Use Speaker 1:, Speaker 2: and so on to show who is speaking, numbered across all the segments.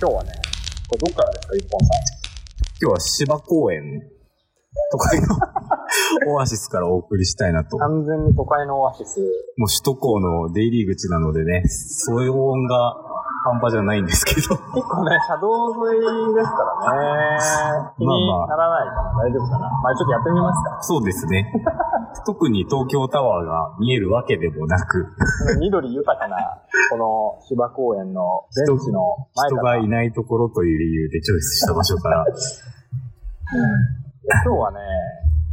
Speaker 1: 今日はね、これどっからですか、一本さん。
Speaker 2: 今日は芝公園、都会の オアシスからお送りしたいなと。も
Speaker 1: 完
Speaker 2: う
Speaker 1: 全に都会のオアシス。
Speaker 2: 首都高の出入り口なのでね、騒音が半端じゃないんですけ ど。
Speaker 1: 結構ね、車道沿いですからね。気に
Speaker 2: まあまあ
Speaker 1: ならないかな、大丈夫かな。まあちょっとやってみますか。
Speaker 2: そうですね。特に東京タワーが見えるわけでもなく、
Speaker 1: この緑豊かな、この芝公園のベンチの前
Speaker 2: 人
Speaker 1: から。
Speaker 2: がいないところという理由でチョイスした場所 から、
Speaker 1: 今日はね、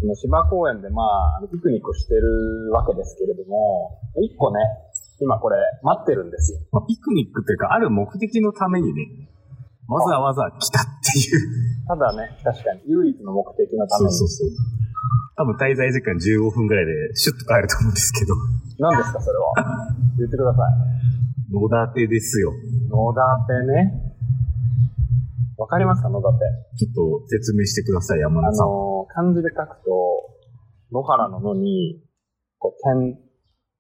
Speaker 1: この芝公園でまあ、ピクニックしてるわけですけれども、一個ね、今これ待ってるんですよ。
Speaker 2: まあ、ピクニックというか、ある目的のためにね、わざわざ来たっていう。
Speaker 1: ただね、確かに唯一の目的のた
Speaker 2: そ
Speaker 1: め
Speaker 2: う
Speaker 1: に。
Speaker 2: そうそう。多分滞在時間15分ぐらいでシュッと帰ると思うんですけど、
Speaker 1: 何ですか、それは。言ってください。
Speaker 2: 野立てですよ。
Speaker 1: 野立てね。わかりますか、野立て。
Speaker 2: ちょっと説明してください、山
Speaker 1: あ
Speaker 2: 田さん。
Speaker 1: のー、漢字で書くと、野原の野に、こう、点、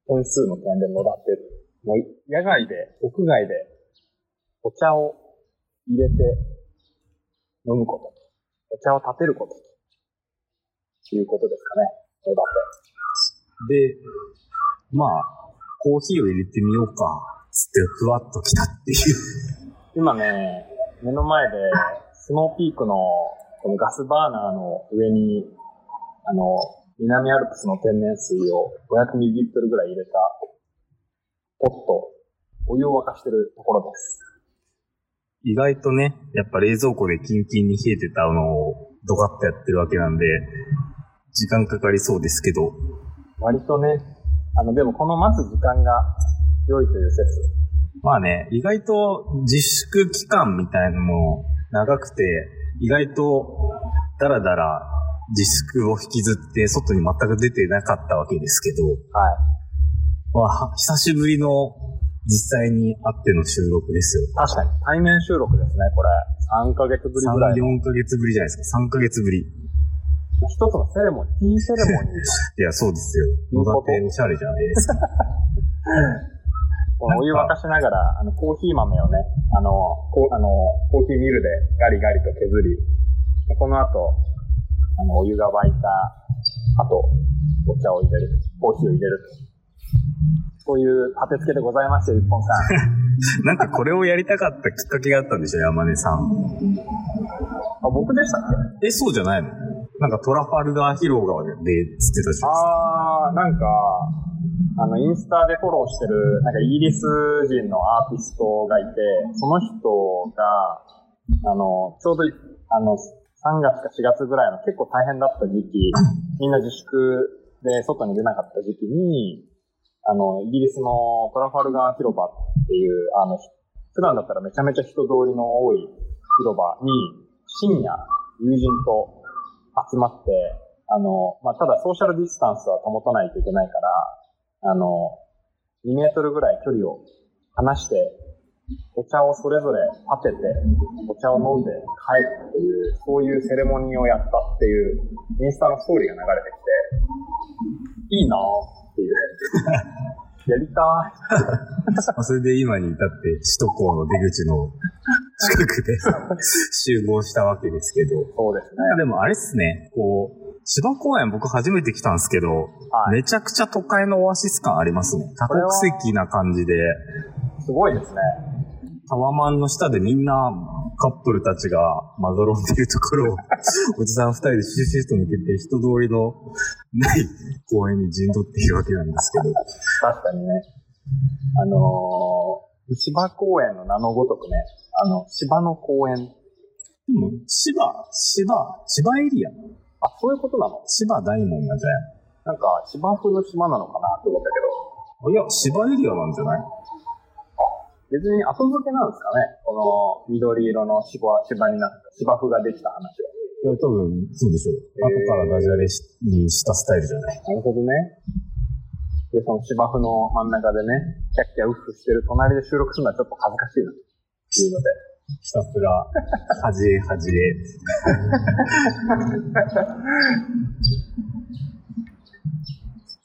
Speaker 1: 点数の点で野立てる。もう、野外で、屋外で、お茶を入れて、飲むこと。お茶を立てること。ということですかね。野立
Speaker 2: で、まあ、コーヒーを入れてみようか、つってふわっと来たっていう。
Speaker 1: て。今ね、目の前で、スノーピークの、このガスバーナーの上に、あの、南アルプスの天然水を500ミリリットルぐらい入れた、ポット、お湯を沸かしてるところです。
Speaker 2: 意外とね、やっぱ冷蔵庫でキンキンに冷えてたのをドカッとやってるわけなんで、時間かかりそうですけど、
Speaker 1: 割とね、あの、でもこの待つ時間が良いという説。
Speaker 2: まあね、意外と自粛期間みたいのも長くて、意外とダラダラ自粛を引きずって外に全く出てなかったわけですけど、
Speaker 1: はい。
Speaker 2: まあ、久しぶりの実際に会っての収録ですよ。
Speaker 1: 確かに、対面収録ですね、これ。3ヶ月ぶりぐら
Speaker 2: 3、
Speaker 1: いの。
Speaker 2: 4ヶ月ぶりじゃないですか。3ヶ月ぶり。い
Speaker 1: 一つのセレモニー、ティーセレモニー。
Speaker 2: や、そうですよ。
Speaker 1: 本当
Speaker 2: 野立ておしゃれじゃないです か。
Speaker 1: このお湯沸かしながら、あの、コーヒー豆をね、あの、こうあのコーヒーミルでガリガリと削り、この後、あの、お湯が沸いた後、お茶を入れる、コーヒーを入れると。こういう立て付けでございますよ、一本さ ん。
Speaker 2: なんかこれをやりたかったきっかけがあったんでしょ、山根さん。
Speaker 1: あ、僕でしたっけ
Speaker 2: え、そうじゃないのなんかトラファルガー広場で、つってたじゃないですか。
Speaker 1: あー、なんか、あの、インスタでフォローしてる、なんかイギリス人のアーティストがいて、その人が、あの、ちょうどい、あの、3月か4月ぐらいの結構大変だった時期、みんな自粛で外に出なかった時期に、あの、イギリスのトラファルガー広場っていう、あの、普段だったらめちゃめちゃ人通りの多い広場に、深夜、友人と集まって、あの、まあ、ただソーシャルディスタンスは保たないといけないから、あの、2メートルぐらい距離を離して、お茶をそれぞれ立てて、お茶を飲んで帰るっていう、そういうセレモニーをやったっていう、インスタのストーリーが流れてきて、いいなぁっていう。 やりたい。
Speaker 2: まあそれで今に至って首都高の出口の近くで 集合したわけですけど。
Speaker 1: そうです
Speaker 2: なんか
Speaker 1: ね。
Speaker 2: でもあれっすね、こう、芝公園僕初めて来たんですけど、
Speaker 1: はい
Speaker 2: めちゃくちゃ都会のオアシス感ありますね。多
Speaker 1: これ
Speaker 2: 国
Speaker 1: は
Speaker 2: 籍な感じで、
Speaker 1: すごいですね。
Speaker 2: タワマンの下でみんなカップルたちがまどろんでるとこ ろを、おじさん二人でシュシュシュと抜けて人通りのない公園に陣取っているわけなんですけど、
Speaker 1: 確かにね。あのー、芝公園の名のごとくね、あの、芝の公園。
Speaker 2: でも、芝、芝、芝エリア
Speaker 1: あ、そういうことなの
Speaker 2: 芝大門なんじゃない
Speaker 1: なんか、芝生の島なのかなと思った
Speaker 2: いや、芝エリアなんじゃない
Speaker 1: けど、別に後付けなんですかねこの緑色の芝、芝になった、芝生ができた話は。
Speaker 2: いや、多分、そうでしょう。後からダジャレしにしたスタイルじゃない。
Speaker 1: なるほどね。で、その芝生の真ん中でね、キャッキャウッフしてる隣で収録するのはちょっと恥ずかしいな、っていうので。
Speaker 2: ひたすら、端へ端へ。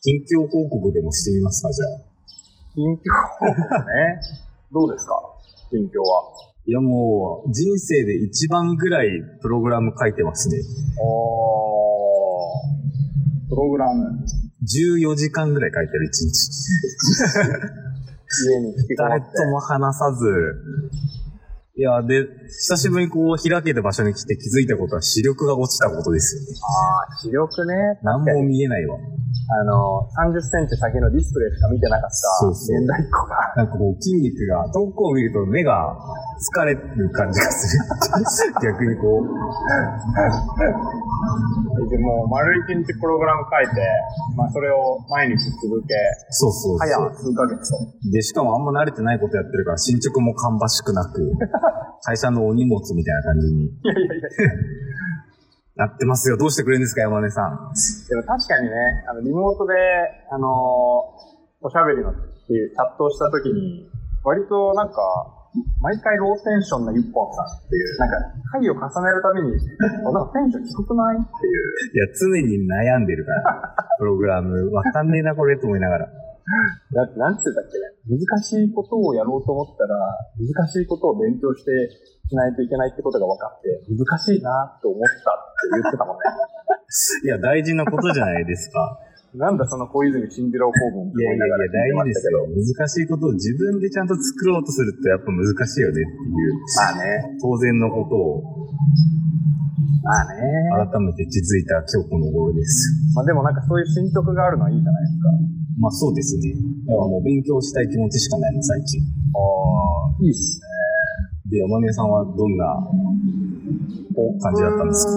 Speaker 2: 近況報告でもしてみますか、じゃあ。
Speaker 1: 近況報告ね。どうですか近況は。
Speaker 2: いやもう、人生で一番ぐらいプログラム書いてますね。
Speaker 1: おー。プログラム、
Speaker 2: 14時間ぐらい書いてる、一日。
Speaker 1: 家に引きこも
Speaker 2: 誰
Speaker 1: っ
Speaker 2: と
Speaker 1: て。
Speaker 2: も話さず。いや、で、久しぶりにこう開けた場所に来て気づいたことは視力が落ちたことですよね。
Speaker 1: ああ、視力ね。
Speaker 2: 何
Speaker 1: 確か
Speaker 2: も
Speaker 1: に。
Speaker 2: 見えないわ。
Speaker 1: あの、30センチ先のディスプレイしか見てなかった。
Speaker 2: そうそう
Speaker 1: 現代っ子が。
Speaker 2: なんかこう筋肉が、遠くを見ると目が疲れる感じがする。逆にこう、
Speaker 1: でもう、丸一日プログラム書いて、まあ、それを毎日続け、
Speaker 2: そうそうそう
Speaker 1: 早数ヶ月と。
Speaker 2: で、しかもあんま慣れてないことやってるから進捗も芳しくなく、会社のお荷物みたいな感じに
Speaker 1: いやいやいや。
Speaker 2: なってますよ。どうしてくれるんですか、山根さん。
Speaker 1: でも確かにね、あの、リモートで、あのーおしゃべりのっていうチャットをしたときに、割となんか、毎回ローテンションの一本さんっていう、なんか、回を重ねるために、あなんかテンション低くないっていう。
Speaker 2: いや、常に悩んでるから、プログラム。わかんねえな、これ、と思いながら。
Speaker 1: だって、なんつうんだっけね。難しいことをやろうと思ったら、難しいことを勉強してしないといけないってことが分かって、難しいなと思ったって言ってたもんね。
Speaker 2: いや、大事なことじゃないですか。
Speaker 1: なんだその小泉進次郎公文って
Speaker 2: いや
Speaker 1: 思い
Speaker 2: い
Speaker 1: ない
Speaker 2: や
Speaker 1: がら、
Speaker 2: や大事
Speaker 1: 聞いてま
Speaker 2: で
Speaker 1: した
Speaker 2: す
Speaker 1: けど。
Speaker 2: よ。難しいことを自分でちゃんと作ろうとすると、やっぱ難しいよねっていう、
Speaker 1: まあね。
Speaker 2: 当然のことを
Speaker 1: まあね。
Speaker 2: 改めて気づいた今日この頃です。
Speaker 1: まあでもなんかそういう進捗があるのはいいじゃないですか。
Speaker 2: まあそうですね。だからもう勉強したい気持ちしかないの、最近。
Speaker 1: ああ、いいっすね。
Speaker 2: で、山根さんはどんなお感じだったんですか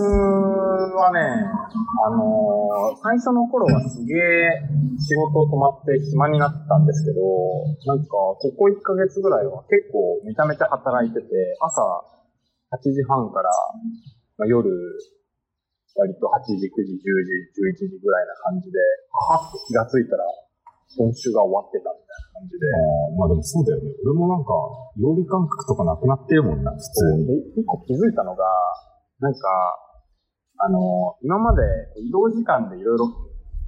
Speaker 1: 僕はね、あのー最初の頃はすげえ仕事止まって暇になったんですけど、なんかここ1ヶ月ぐらいは結構めちゃめちゃ働いてて、朝8時半から、まあ、夜割と8時、9時、10時、11時ぐらいな感じで、はっと気がついたら今週が終わってたみたいな感じで。
Speaker 2: あーまあでもそうだよね。俺もなんか、料理感覚とかなくなってるもんな、普通に。
Speaker 1: で、一 個気づいたのが、なんか、あの、今まで移動時間でいろいろ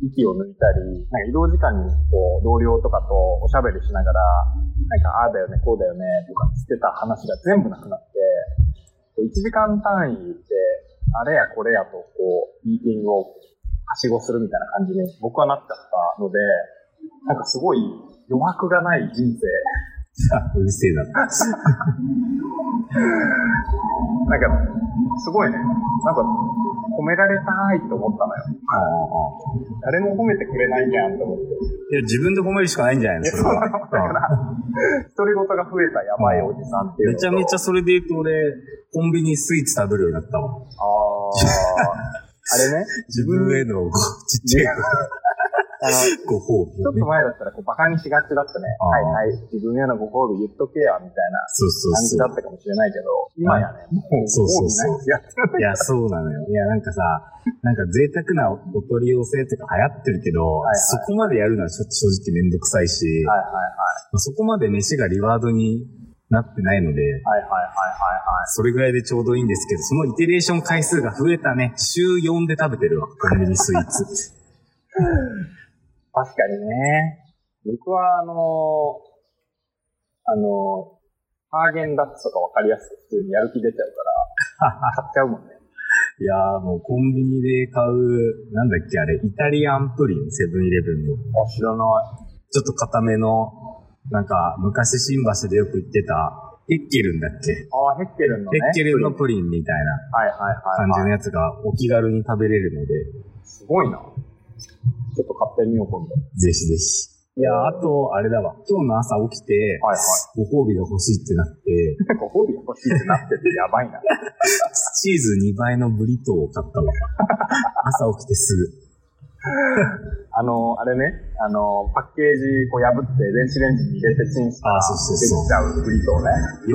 Speaker 1: 息を抜いたり、なんか移動時間にこう同僚とかとおしゃべりしながら、なんかああだよね、こうだよね、とかしてた話が全部なくなって、こう1時間単位で、あれやこれやと、こう、ミーティングをはしごするみたいな感じに僕はなっちゃったので、なんかすごい余白がない人生
Speaker 2: あうるせえな。
Speaker 1: なんか、すごいね。なんか、褒められたいと思ったのよ。
Speaker 2: ああ
Speaker 1: 誰も褒めてくれないじゃんと思って。
Speaker 2: いや、自分で褒めるしかないんじゃないのそれ は。
Speaker 1: 独り言が増えたやばいおじさんっていう
Speaker 2: め
Speaker 1: の
Speaker 2: ち
Speaker 1: と。
Speaker 2: ゃめちゃ
Speaker 1: ゃ。
Speaker 2: それで言うと俺、コンビニスイーツ食べるようになったわ。
Speaker 1: あー。あれね。
Speaker 2: 自分へのこうちっちゃい
Speaker 1: あの、ち
Speaker 2: ご褒美
Speaker 1: ょっ
Speaker 2: をね
Speaker 1: と。前だったら、こう、バカにしがちだったね。
Speaker 2: あー
Speaker 1: はいはい。自分へのご褒美言っとけや、みたいな
Speaker 2: そうそう
Speaker 1: 感じ
Speaker 2: そ
Speaker 1: だ
Speaker 2: う。
Speaker 1: ったかもしれないけど、今やね、もう、
Speaker 2: そうそうそう
Speaker 1: ご褒美ないやつやって
Speaker 2: いや、そうなのよ。いや、なん かさ、なんか贅沢なお取り寄せとか流行ってるけど、
Speaker 1: いはい
Speaker 2: そこまでやるのはちょっと正直めんどくさいし、
Speaker 1: はい
Speaker 2: まあそこまで飯がリワードになってないので、
Speaker 1: はいはい。はいはいはいはいはい。
Speaker 2: それぐらいでちょうどいいんですけど、そのイテレーション回数が増えたね。週4で食べてるわ、コンビニスイー ツ。
Speaker 1: 確かにね。僕は、あのあのハーゲンダッツとかわかりやすく普通にやる気出ちゃう から、買っちゃうもんね。
Speaker 2: いやーもうコンビニで買う、なんだっけあれ、イタリアンプリン、セブンイレブンの。
Speaker 1: あ、知らない。
Speaker 2: ちょっと固めの、なんか昔新橋でよく行ってた、ヘッケルンだっけ、
Speaker 1: あ、ヘッケルンのね。
Speaker 2: ヘッケルンの
Speaker 1: プ
Speaker 2: プリンみたい
Speaker 1: リンはいはい
Speaker 2: な
Speaker 1: はい、
Speaker 2: 感
Speaker 1: はい。
Speaker 2: じのやつがお気軽に食べれるので、
Speaker 1: すごいな。ちょっと買ってみよう、今度。
Speaker 2: ぜひぜひ。いやー、あと、あれだわ。今日の朝起きて、
Speaker 1: はい
Speaker 2: ご褒美が欲しいってなって、
Speaker 1: なんかホビー欲しいってなってて、やばいな。
Speaker 2: チーズ2倍のブリトーを買 ったわ。朝起きてすぐ。
Speaker 1: あの、あれね、あの、パッケージこう破って、電子レンジに入れてチンしたら、
Speaker 2: あそうそうそう
Speaker 1: できちゃうブリト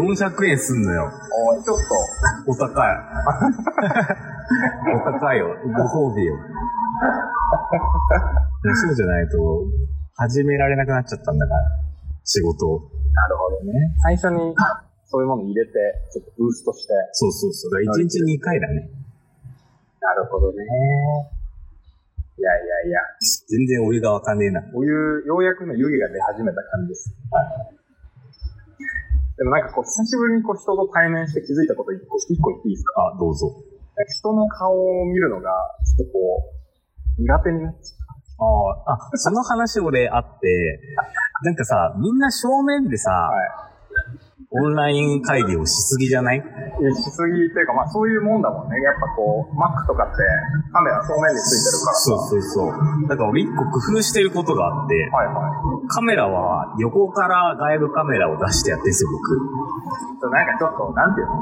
Speaker 1: ーね。
Speaker 2: 400円すんのよ。
Speaker 1: おい、ちょっと、
Speaker 2: お高い。お高いよ。ご褒美よ。そうじゃないと、始められなくなっちゃったんだから。仕事を。
Speaker 1: なるほどね。最初に、そういうもの入れて、ちょっとブーストして、
Speaker 2: そうそうそう。だから1日2回だね。
Speaker 1: なるほどね。いやいやいや、
Speaker 2: 全然お湯がわかんねえな。
Speaker 1: お湯、ようやくの湯気が出始めた感じです。でもなんかこう、久しぶりにこう人と対面して気づいたこと一個、一個言っていいですか
Speaker 2: あ、どうぞ。
Speaker 1: なんか人の顔を見るのが、ちょっとこう、苦手になっちゃ
Speaker 2: ああ、あ、その話俺あって、 なんかさ、みんな正面でさ、
Speaker 1: は。
Speaker 2: オンライン会議をしすぎじゃないう
Speaker 1: しすぎというか、まあそういうもんだもんね。やっぱこう、Mac とかってカメラ正面についてるからさ。
Speaker 2: そうそうそう。だから俺一個工夫してることがあって、
Speaker 1: はいはい。
Speaker 2: カメラは横から外部カメラを出してやってるんですよ、
Speaker 1: ちょっとなんかちょっと、なんていうの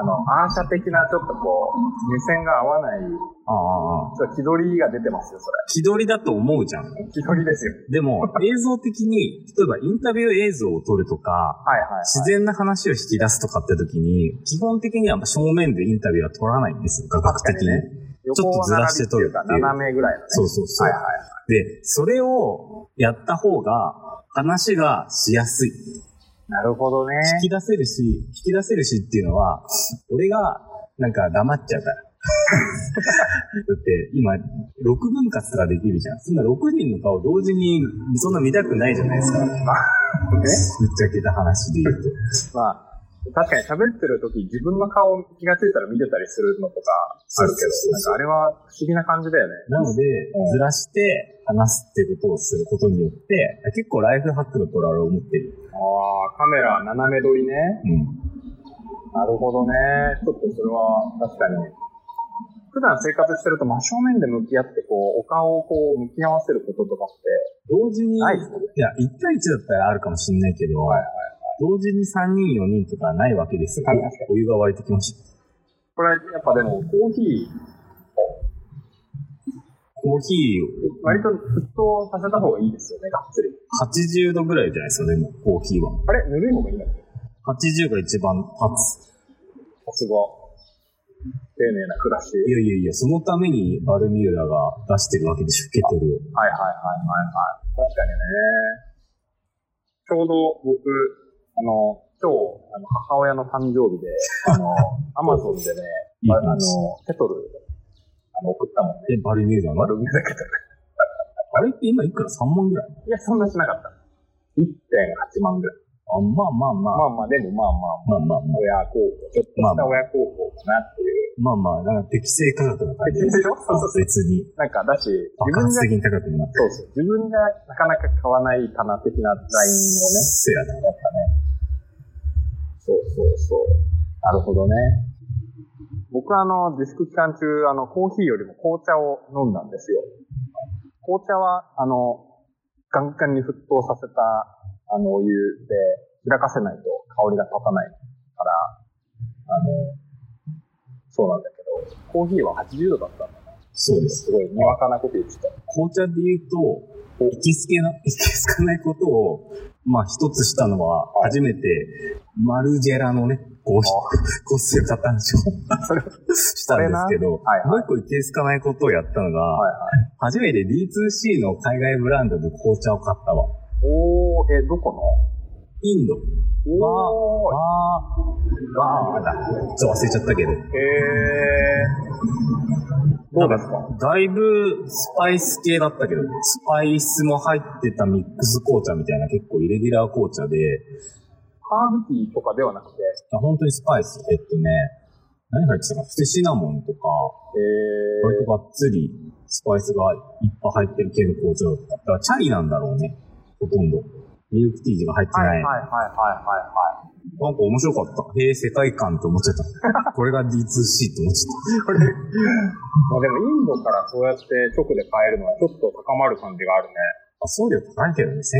Speaker 1: あの、アーシャ的なちょっとこう、目線が合わない、ちょ
Speaker 2: 僕。ああ。
Speaker 1: っと気取りが出てますよ、そ
Speaker 2: 気取りだと思うじゃん。
Speaker 1: れ。気取りですよ。
Speaker 2: でも、映像的に、例えばインタビュー映像を撮るとか、
Speaker 1: はいはい、はい。
Speaker 2: 自然な話を引き出すとかって時に、基本的には正面でインタビューは撮らないんですよ、画角的に。
Speaker 1: 確
Speaker 2: ちょっとずらして撮るっていう
Speaker 1: 横は並びっていうか斜めぐらいのね。
Speaker 2: そうそうそう。
Speaker 1: はいはいはい。
Speaker 2: で、それをやった方が、話がしやすい。
Speaker 1: なるほどね。
Speaker 2: 引き出せるし、引き出せるしっていうのは、俺が、なんか黙っち ゃうから。だって、今、6分割とかできるじゃん。そんな6人の顔同時に、そんな見たくないじゃないですか。ぶっ
Speaker 1: まあ、ね。
Speaker 2: ちゃけた話で言うと。
Speaker 1: まあ、確かに喋ってる時自分の顔気がついたら見てたりするのとかあるけど、
Speaker 2: そうそう
Speaker 1: なん
Speaker 2: そう
Speaker 1: かあれは不思議な感じだよね。
Speaker 2: なので、
Speaker 1: ん
Speaker 2: ずらして話すってことをすることによって、結構ライフハックのトラルを持ってる。
Speaker 1: ああ、カメラ斜め撮りね。
Speaker 2: うん。
Speaker 1: なるほどね。ちょっとそれは確かに。普段生活してると真正面で向き合って、こう、お顔をこう、向き合わせることとかって、
Speaker 2: 同時に、
Speaker 1: ない
Speaker 2: い
Speaker 1: ですね
Speaker 2: や、1対1だったらあるかもしれないけど、
Speaker 1: はいはい
Speaker 2: 同時に3人、4人とかないわけですよ
Speaker 1: はい確か。
Speaker 2: お湯が沸いてきました。
Speaker 1: これやっぱでも、コーヒー、
Speaker 2: コーヒ
Speaker 1: 割と沸騰させた方がいいですよね、がっつり。
Speaker 2: ー80度ぐらいじゃないですか、でも、コーヒーは。
Speaker 1: あれぬるい方がいいんだっけ
Speaker 2: 80が一番立
Speaker 1: さ
Speaker 2: つ。
Speaker 1: すが。丁寧な暮らし。
Speaker 2: いやいやいや、そのためにバルミューダが出してるわけでしょ、ケトルを。
Speaker 1: はいはいはいはいはい。確かにね。ちょうど僕、あの、今日、あの母親の誕生日で、あの、アマゾンでね、
Speaker 2: いい
Speaker 1: あの
Speaker 2: 話。、
Speaker 1: ケトル、あの、送ったもんね。
Speaker 2: え、バルミューダのあれ
Speaker 1: 丸めだけど。
Speaker 2: あれって今いくら ?3 万ぐらい
Speaker 1: いや、そんなしなかった。1.8万ぐらい。
Speaker 2: あ、まあまあまあ。
Speaker 1: まあまあ、でもまあまあ、
Speaker 2: まあまあまあ。
Speaker 1: 親孝行、ちょっとした親孝行かなって いう。
Speaker 2: まあまあ、なんか適正価格な感じ
Speaker 1: 別でしょそうそうそう。
Speaker 2: 別に。
Speaker 1: なんか、だし、自分
Speaker 2: 爆発
Speaker 1: が、
Speaker 2: 的に高くもなく。
Speaker 1: そうそう。自分がなかなか買わないかな的なラインをね、
Speaker 2: せやな。
Speaker 1: やっぱね。そうそうそう。なるほどね。僕はあの、自粛期間中、あの、コーヒーよりも紅茶を飲んだんですよ。紅茶は、あの、ガンガンに沸騰させた、あの、お湯で開かせないと香りが立たないから、あの、そうなんだけど、コーヒーは80度だったんだね。
Speaker 2: そうです。
Speaker 1: すごい、にわかなこと言ってた。
Speaker 2: 紅茶で言うと、行きつけな、行きつかないことを、まあ一つしたのは、初めて、マルジェラのね、こう、骨折加担症
Speaker 1: それ、はい
Speaker 2: したんですけ
Speaker 1: そ
Speaker 2: ど、
Speaker 1: れなはいはい
Speaker 2: もう一個行きつかないことをやったのが、
Speaker 1: はい。
Speaker 2: 初めて D2C の海外ブランドの紅茶を買ったわ。
Speaker 1: おー、え、どこの
Speaker 2: インド。
Speaker 1: おー、
Speaker 2: バー、バーだ。ちょっと忘れちゃったけど。
Speaker 1: へえー。どうですか
Speaker 2: だいぶスパイス系だったけど、スパイスも入ってたミックス紅茶みたいな結構イレギュラー紅茶で、
Speaker 1: ハーブティーとかではなくて、
Speaker 2: あ本当にスパイス。えっとね、何入ってたかな普通シナモンとか、
Speaker 1: え
Speaker 2: 割とがっつりスパイスがいっぱい入ってる系の紅茶だった。だからチャリなんだろうね。ほとんど。ミルクティーが入って
Speaker 1: ー、はは
Speaker 2: ない
Speaker 1: い
Speaker 2: い。
Speaker 1: はいはいはい。
Speaker 2: なんか面白かった。へえ、世界観って思っちゃった。これが D2C って思っち
Speaker 1: これ、
Speaker 2: ゃっ
Speaker 1: まあでもインドからそうやって直で買えるのはちょっと高まる感じがあるね。
Speaker 2: た。あ送料高いけどね。1000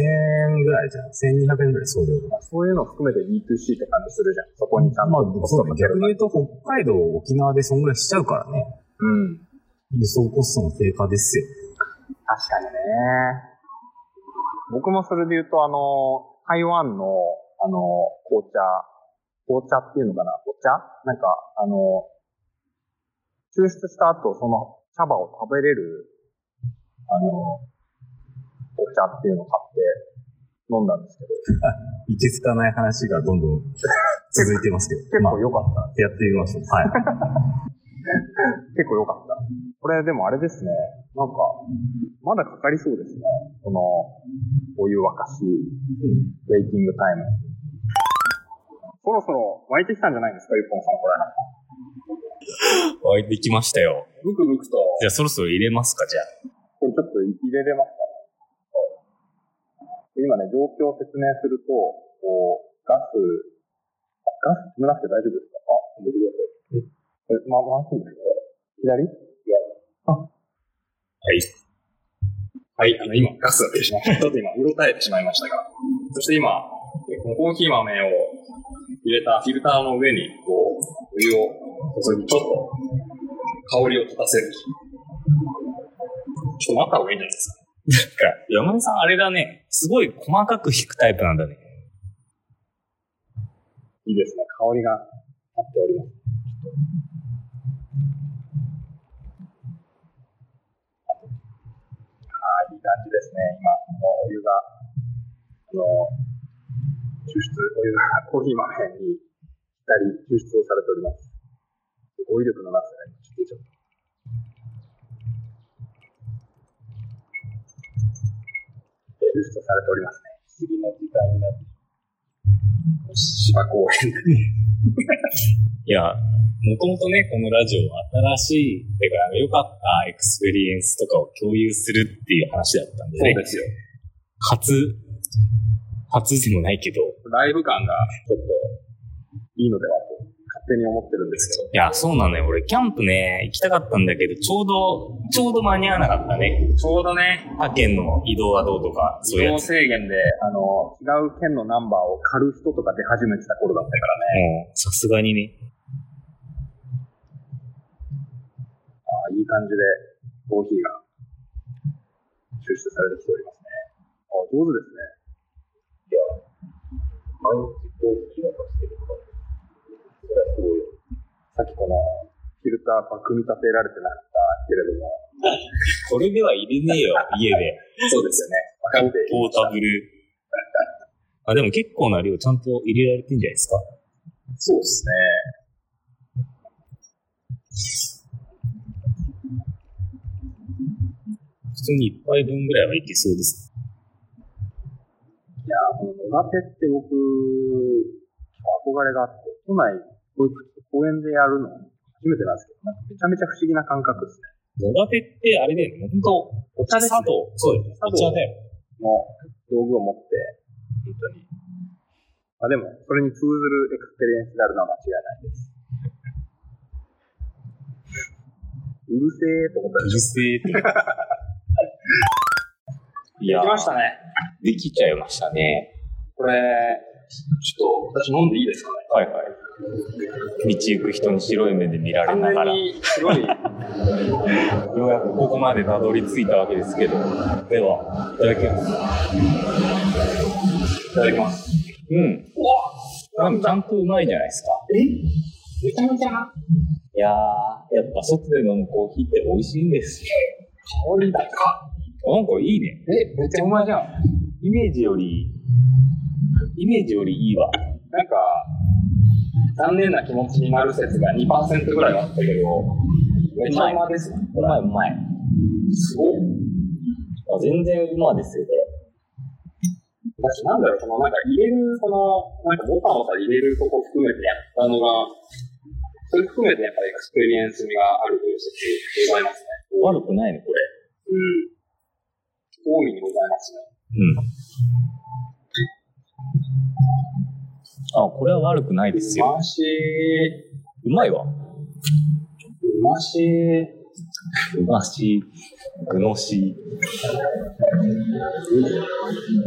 Speaker 2: 円ぐらいじゃん。1200円ぐらい送料が。
Speaker 1: そういうの含めて B2C って感じするじゃん。そこにちゃんと
Speaker 2: まあ、
Speaker 1: コスト
Speaker 2: そうだ
Speaker 1: か
Speaker 2: ね。
Speaker 1: ける
Speaker 2: 逆に
Speaker 1: の
Speaker 2: 言うと、北海道、沖縄でそんぐらいしちゃうからね。
Speaker 1: うん。
Speaker 2: 輸送コストの低下ですよ。
Speaker 1: 確かにね。僕もそれで言うと、あの、台湾の、あの、紅茶、紅茶っていうのかなお茶なんか、あの、抽出した後、その茶葉を食べれる、あの、お茶っていうのを買って飲んだんですけど、
Speaker 2: いけつかない話がどんどん続いてますけど。
Speaker 1: 結
Speaker 2: まあ
Speaker 1: 構良かった。
Speaker 2: やってみましょう。 はい。
Speaker 1: 結構良かった。これでもあれですね、なんか、まだかかりそうですね。この、お湯沸かし、ウェイティングタイム。そろそろ湧いてきたんじゃないですか、ゆっぽんさん、これ。
Speaker 2: 湧いてきましたよ。
Speaker 1: ブクブクと。
Speaker 2: じゃあそろそろ入れますか、じゃあ。
Speaker 1: これちょっと入れれますか今ね、状況を説明すると、こう、ガス、ガス止めなくて大丈夫ですかあ、止めてください。え、ま、回すんですか左
Speaker 2: はい。はい、あの、今、
Speaker 1: ガスが出てしまった。ちょっと今、うろたえてしまいましたが。そして今、えこのコーヒー豆を入れたフィルターの上に、こう、お湯を注ぎ、ちょっと、香りを立たせる。ちょっと待った方がいいんじゃないですか。
Speaker 2: 山根さん、あれだね。すごい細かく弾くタイプなんだね。
Speaker 1: いいですね。香りが立っております。はい、いい感じですね。今、お湯が、あの、抽出、お湯がコーヒー豆にぴったり抽出をされております。語彙力のなさが今、ちょっと出ちゃった。抽出されておりますね。不思議な時間になって。芝公園。
Speaker 2: いや、もともとね、このラジオは新しい、だから良かったエクスペリエンスとかを共有するっていう話だったんでね。
Speaker 1: すよ。
Speaker 2: 初、初でもないけど。
Speaker 1: ライブ感がちょっといいのではと勝手に思ってるんですけど。
Speaker 2: いや、そうなんだよ。俺、キャンプね、行きたかったんだけど、ちょうど、ちょうど間に合わなかったね。
Speaker 1: ちょうどね、
Speaker 2: 他県の移動はどうとか、
Speaker 1: 移
Speaker 2: そういう
Speaker 1: 動
Speaker 2: やつ。
Speaker 1: 制限で、あの、違う県のナンバーを狩る人とか出始めてた頃だったからね。
Speaker 2: もう、さすがにね。
Speaker 1: ああいい感じでコーヒーが抽出されてきておりますね。ああ上手ですね。いや、毎日コーヒーをしてると、それはすごいよ。さっきこのフィルターが組み立てられてなかったけれども、
Speaker 2: これでは入れねえよ、家で。
Speaker 1: そうですよね。分かって
Speaker 2: ポータブル。あ、でも結構な量ちゃんと入れられてんじゃないですか。
Speaker 1: そうですね。
Speaker 2: 普通に一杯分ぐらいはいけそうです。
Speaker 1: いやー、この野立って僕、憧れがあって、都内、こういう公園でやるの、初めてなんですけど、なんかめちゃめちゃ不思議な感覚ですね。
Speaker 2: 野立ってあれだよね。本当お茶
Speaker 1: ですね
Speaker 2: 茶道。そうよ。
Speaker 1: 茶道
Speaker 2: お茶だよ。
Speaker 1: の道具を持って、本当に。まあでも、それに通ずるエクスペリエンスであるのは間違いないです。うるせえと思った
Speaker 2: う
Speaker 1: でしょ。
Speaker 2: るせ えって。いやー
Speaker 1: ね。
Speaker 2: できちゃいましたね。
Speaker 1: これ、ちょっと、私飲んでいいですかね
Speaker 2: はいはい。道行く人に白い目で見られながら、よ
Speaker 1: に白 い。
Speaker 2: うやくここまでたどり着いたわけですけど、では、いただきます。
Speaker 1: いただきます。
Speaker 2: うん。
Speaker 1: うわ
Speaker 2: でもちゃんとうまいじゃないですか。
Speaker 1: えめちゃめちゃ
Speaker 2: いやー、やっぱ外で飲むコーヒーって美味しいんですよ。
Speaker 1: 香り高っ
Speaker 2: なんかいいね。
Speaker 1: え、めっちゃうまいじゃん。
Speaker 2: イメージより、イメージよりいいわ。
Speaker 1: なんか、残念な気持ちになる説が2%ぐらいはあったけど、めちゃうまですよ。
Speaker 2: うまいうまい。
Speaker 1: すごい。
Speaker 2: あ全然うまいですよ、これ。
Speaker 1: だし、なんだろう、その、なんか入れる、その、なんかボタンをさ、入れるとこ含めてやったのが、それ含めてやっぱりエクスペリエンス味があるという説でございますね。
Speaker 2: 悪くないね、これ。
Speaker 1: うん。大いにございますね。
Speaker 2: うん。あ、これは悪くないですよ。
Speaker 1: まし、
Speaker 2: うまいわ。
Speaker 1: うまし、
Speaker 2: うまし、ぐのし。
Speaker 1: い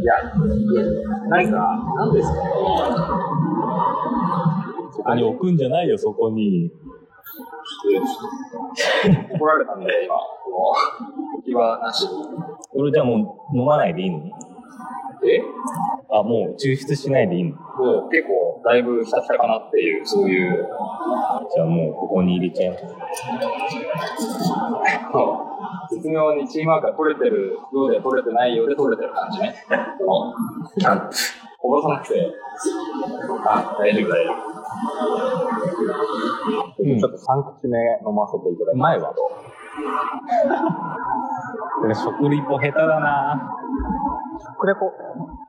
Speaker 1: や、なんか、なんですかね。
Speaker 2: そこに置くんじゃないよ、そこに。
Speaker 1: 怒られたんで、今、この、置き場なしに。
Speaker 2: これじゃあもう飲まないでいいの
Speaker 1: え
Speaker 2: あ、もう抽出しないでいいの
Speaker 1: もう結構、だいぶひたひたかなっていう、そういう、
Speaker 2: じゃあもうここに入れちゃいます。
Speaker 1: 絶妙にチームワークが取れてるようで取れてないようで取れてる感じね。このキャンプ。こぼさなくて。あ、大丈夫、大丈夫。
Speaker 2: うん
Speaker 1: ちょっと3口目飲ませていただきます。
Speaker 2: 前 はこれ食リポ下手だな
Speaker 1: 食レポ、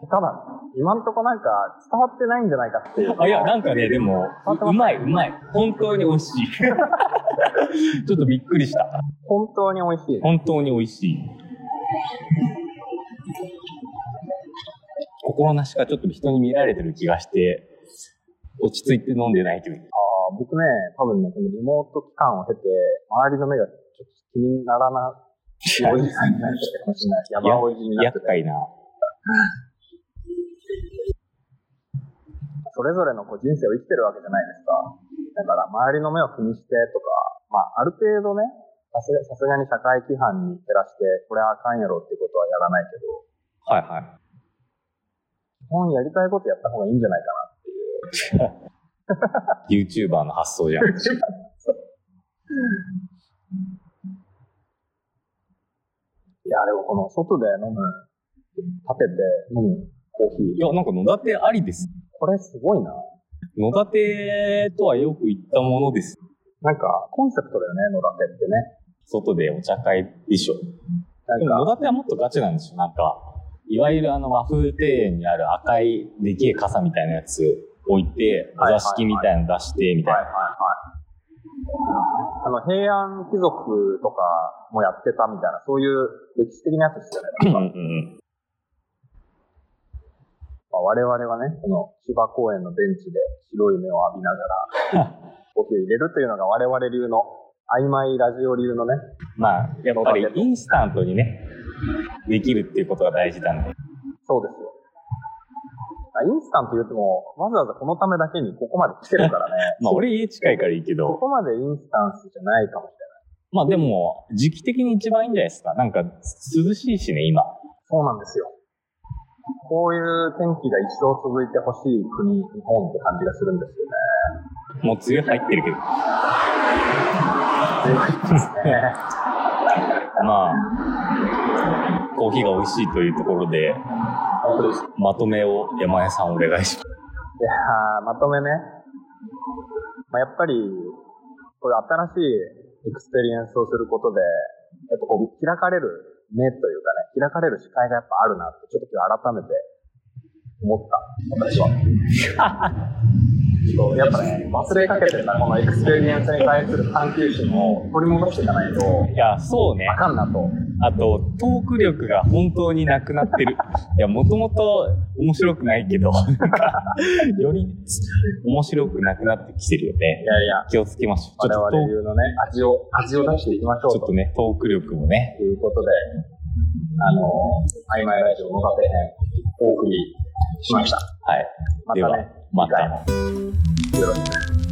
Speaker 1: 下手なの今んとこなんか伝わってないんじゃないかっていう。
Speaker 2: あいや、なんかね、でも、ううまい、うまい。本当に美味しい。 ちょっとびっくりした。
Speaker 1: 本当に美味しい。
Speaker 2: 本当に美味しい。心なしかちょっと人に見られてる気がして、落ち着いて飲んでないという。
Speaker 1: あー僕ね、多分ね、このリモート期間を経て、周りの目がちょっと気にならな、おじさんになってるかもしれない。山おじになって
Speaker 2: 厄
Speaker 1: て、
Speaker 2: 介な。
Speaker 1: それぞれのこう人生を生きてるわけじゃないですか。だから、周りの目を気にしてとか、まあ、ある程度ね、さすさすがに社会規範に照らして、これはあかんやろってことはやらないけど、
Speaker 2: はいは
Speaker 1: 基本やりたいことやった方がいいんじゃないかな。
Speaker 2: い。YouTuber の発想じゃん。
Speaker 1: いや、でもこの外で飲む、立てて飲むコーヒ
Speaker 2: い
Speaker 1: ー、
Speaker 2: や、なんか野立ありです。
Speaker 1: これすごいな。
Speaker 2: 野立とはよく言ったものです。
Speaker 1: なんか、コンセプトだよね、野立ってね。
Speaker 2: 外でお茶会でしょ。
Speaker 1: な
Speaker 2: でも
Speaker 1: んか、
Speaker 2: 野立はもっとガチなんですよ。なんか、いわゆるあの和風庭園にある赤いでけえ傘みたいなやつ置いて、お
Speaker 1: はいはいはい
Speaker 2: 座敷みたいなの出して、みたい
Speaker 1: はいはい
Speaker 2: な。
Speaker 1: はい。あの、平安貴族とかもやってたみたいな、そういう歴史的なやつですよね。
Speaker 2: うんうん
Speaker 1: まあ、我々はね、この芝公園のベンチで白い目を浴びなが ら、コーヒーを入れるというのが我々流の、曖昧ラジオ流のね、
Speaker 2: まあ、やっぱりインスタントにね、できるっていうことが大事なんで。。
Speaker 1: そうですよ。あインスタント言っても、わざわざこのためだけにここまで来てるから ね
Speaker 2: まあ、俺家近いからいいけ
Speaker 1: こ
Speaker 2: ど、
Speaker 1: こまでインスタンスじゃないかもしれない。
Speaker 2: まあでも、時期的に一番いいんじゃないですか。なんか、涼しいしね、今。
Speaker 1: そうなんですよ。こういう天気が一生続いてほしい国、日本って感じがするんですよね。
Speaker 2: もう梅雨入ってるけ ど。まあ、コーヒーが美味しいというところで、
Speaker 1: 本当です。いや
Speaker 2: まとめを山根さんお願いします。
Speaker 1: ー、まとめね。まあ、やっぱり、こういう新しいエクスペリエンスをすることで、やっぱこう、開かれる目というかね、開かれる視界がやっぱあるなって、ちょっと今日改めて思った。私は。そうやっぱね、忘れかけてたこのエクスペリエンスに対する探求心を取り戻していかないと、
Speaker 2: いや、そうね。
Speaker 1: あかんなと。
Speaker 2: あと、トーク力が本当になくな ってる。いや、もともと面白くないけど、なんかより面白くなくなってきてるよ
Speaker 1: い
Speaker 2: ね。
Speaker 1: やいや、
Speaker 2: 気をつけましょう。
Speaker 1: 我
Speaker 2: ちょっとト
Speaker 1: 々
Speaker 2: ー
Speaker 1: 流のね、味を、味を出していきましょ
Speaker 2: ク、
Speaker 1: う
Speaker 2: ちょっ
Speaker 1: と
Speaker 2: とね、トーク力もね、
Speaker 1: いうことで、あの、曖昧ラジオの立て編、お送りしました。
Speaker 2: はい。
Speaker 1: また
Speaker 2: で
Speaker 1: ね
Speaker 2: は、また。
Speaker 1: よろしく。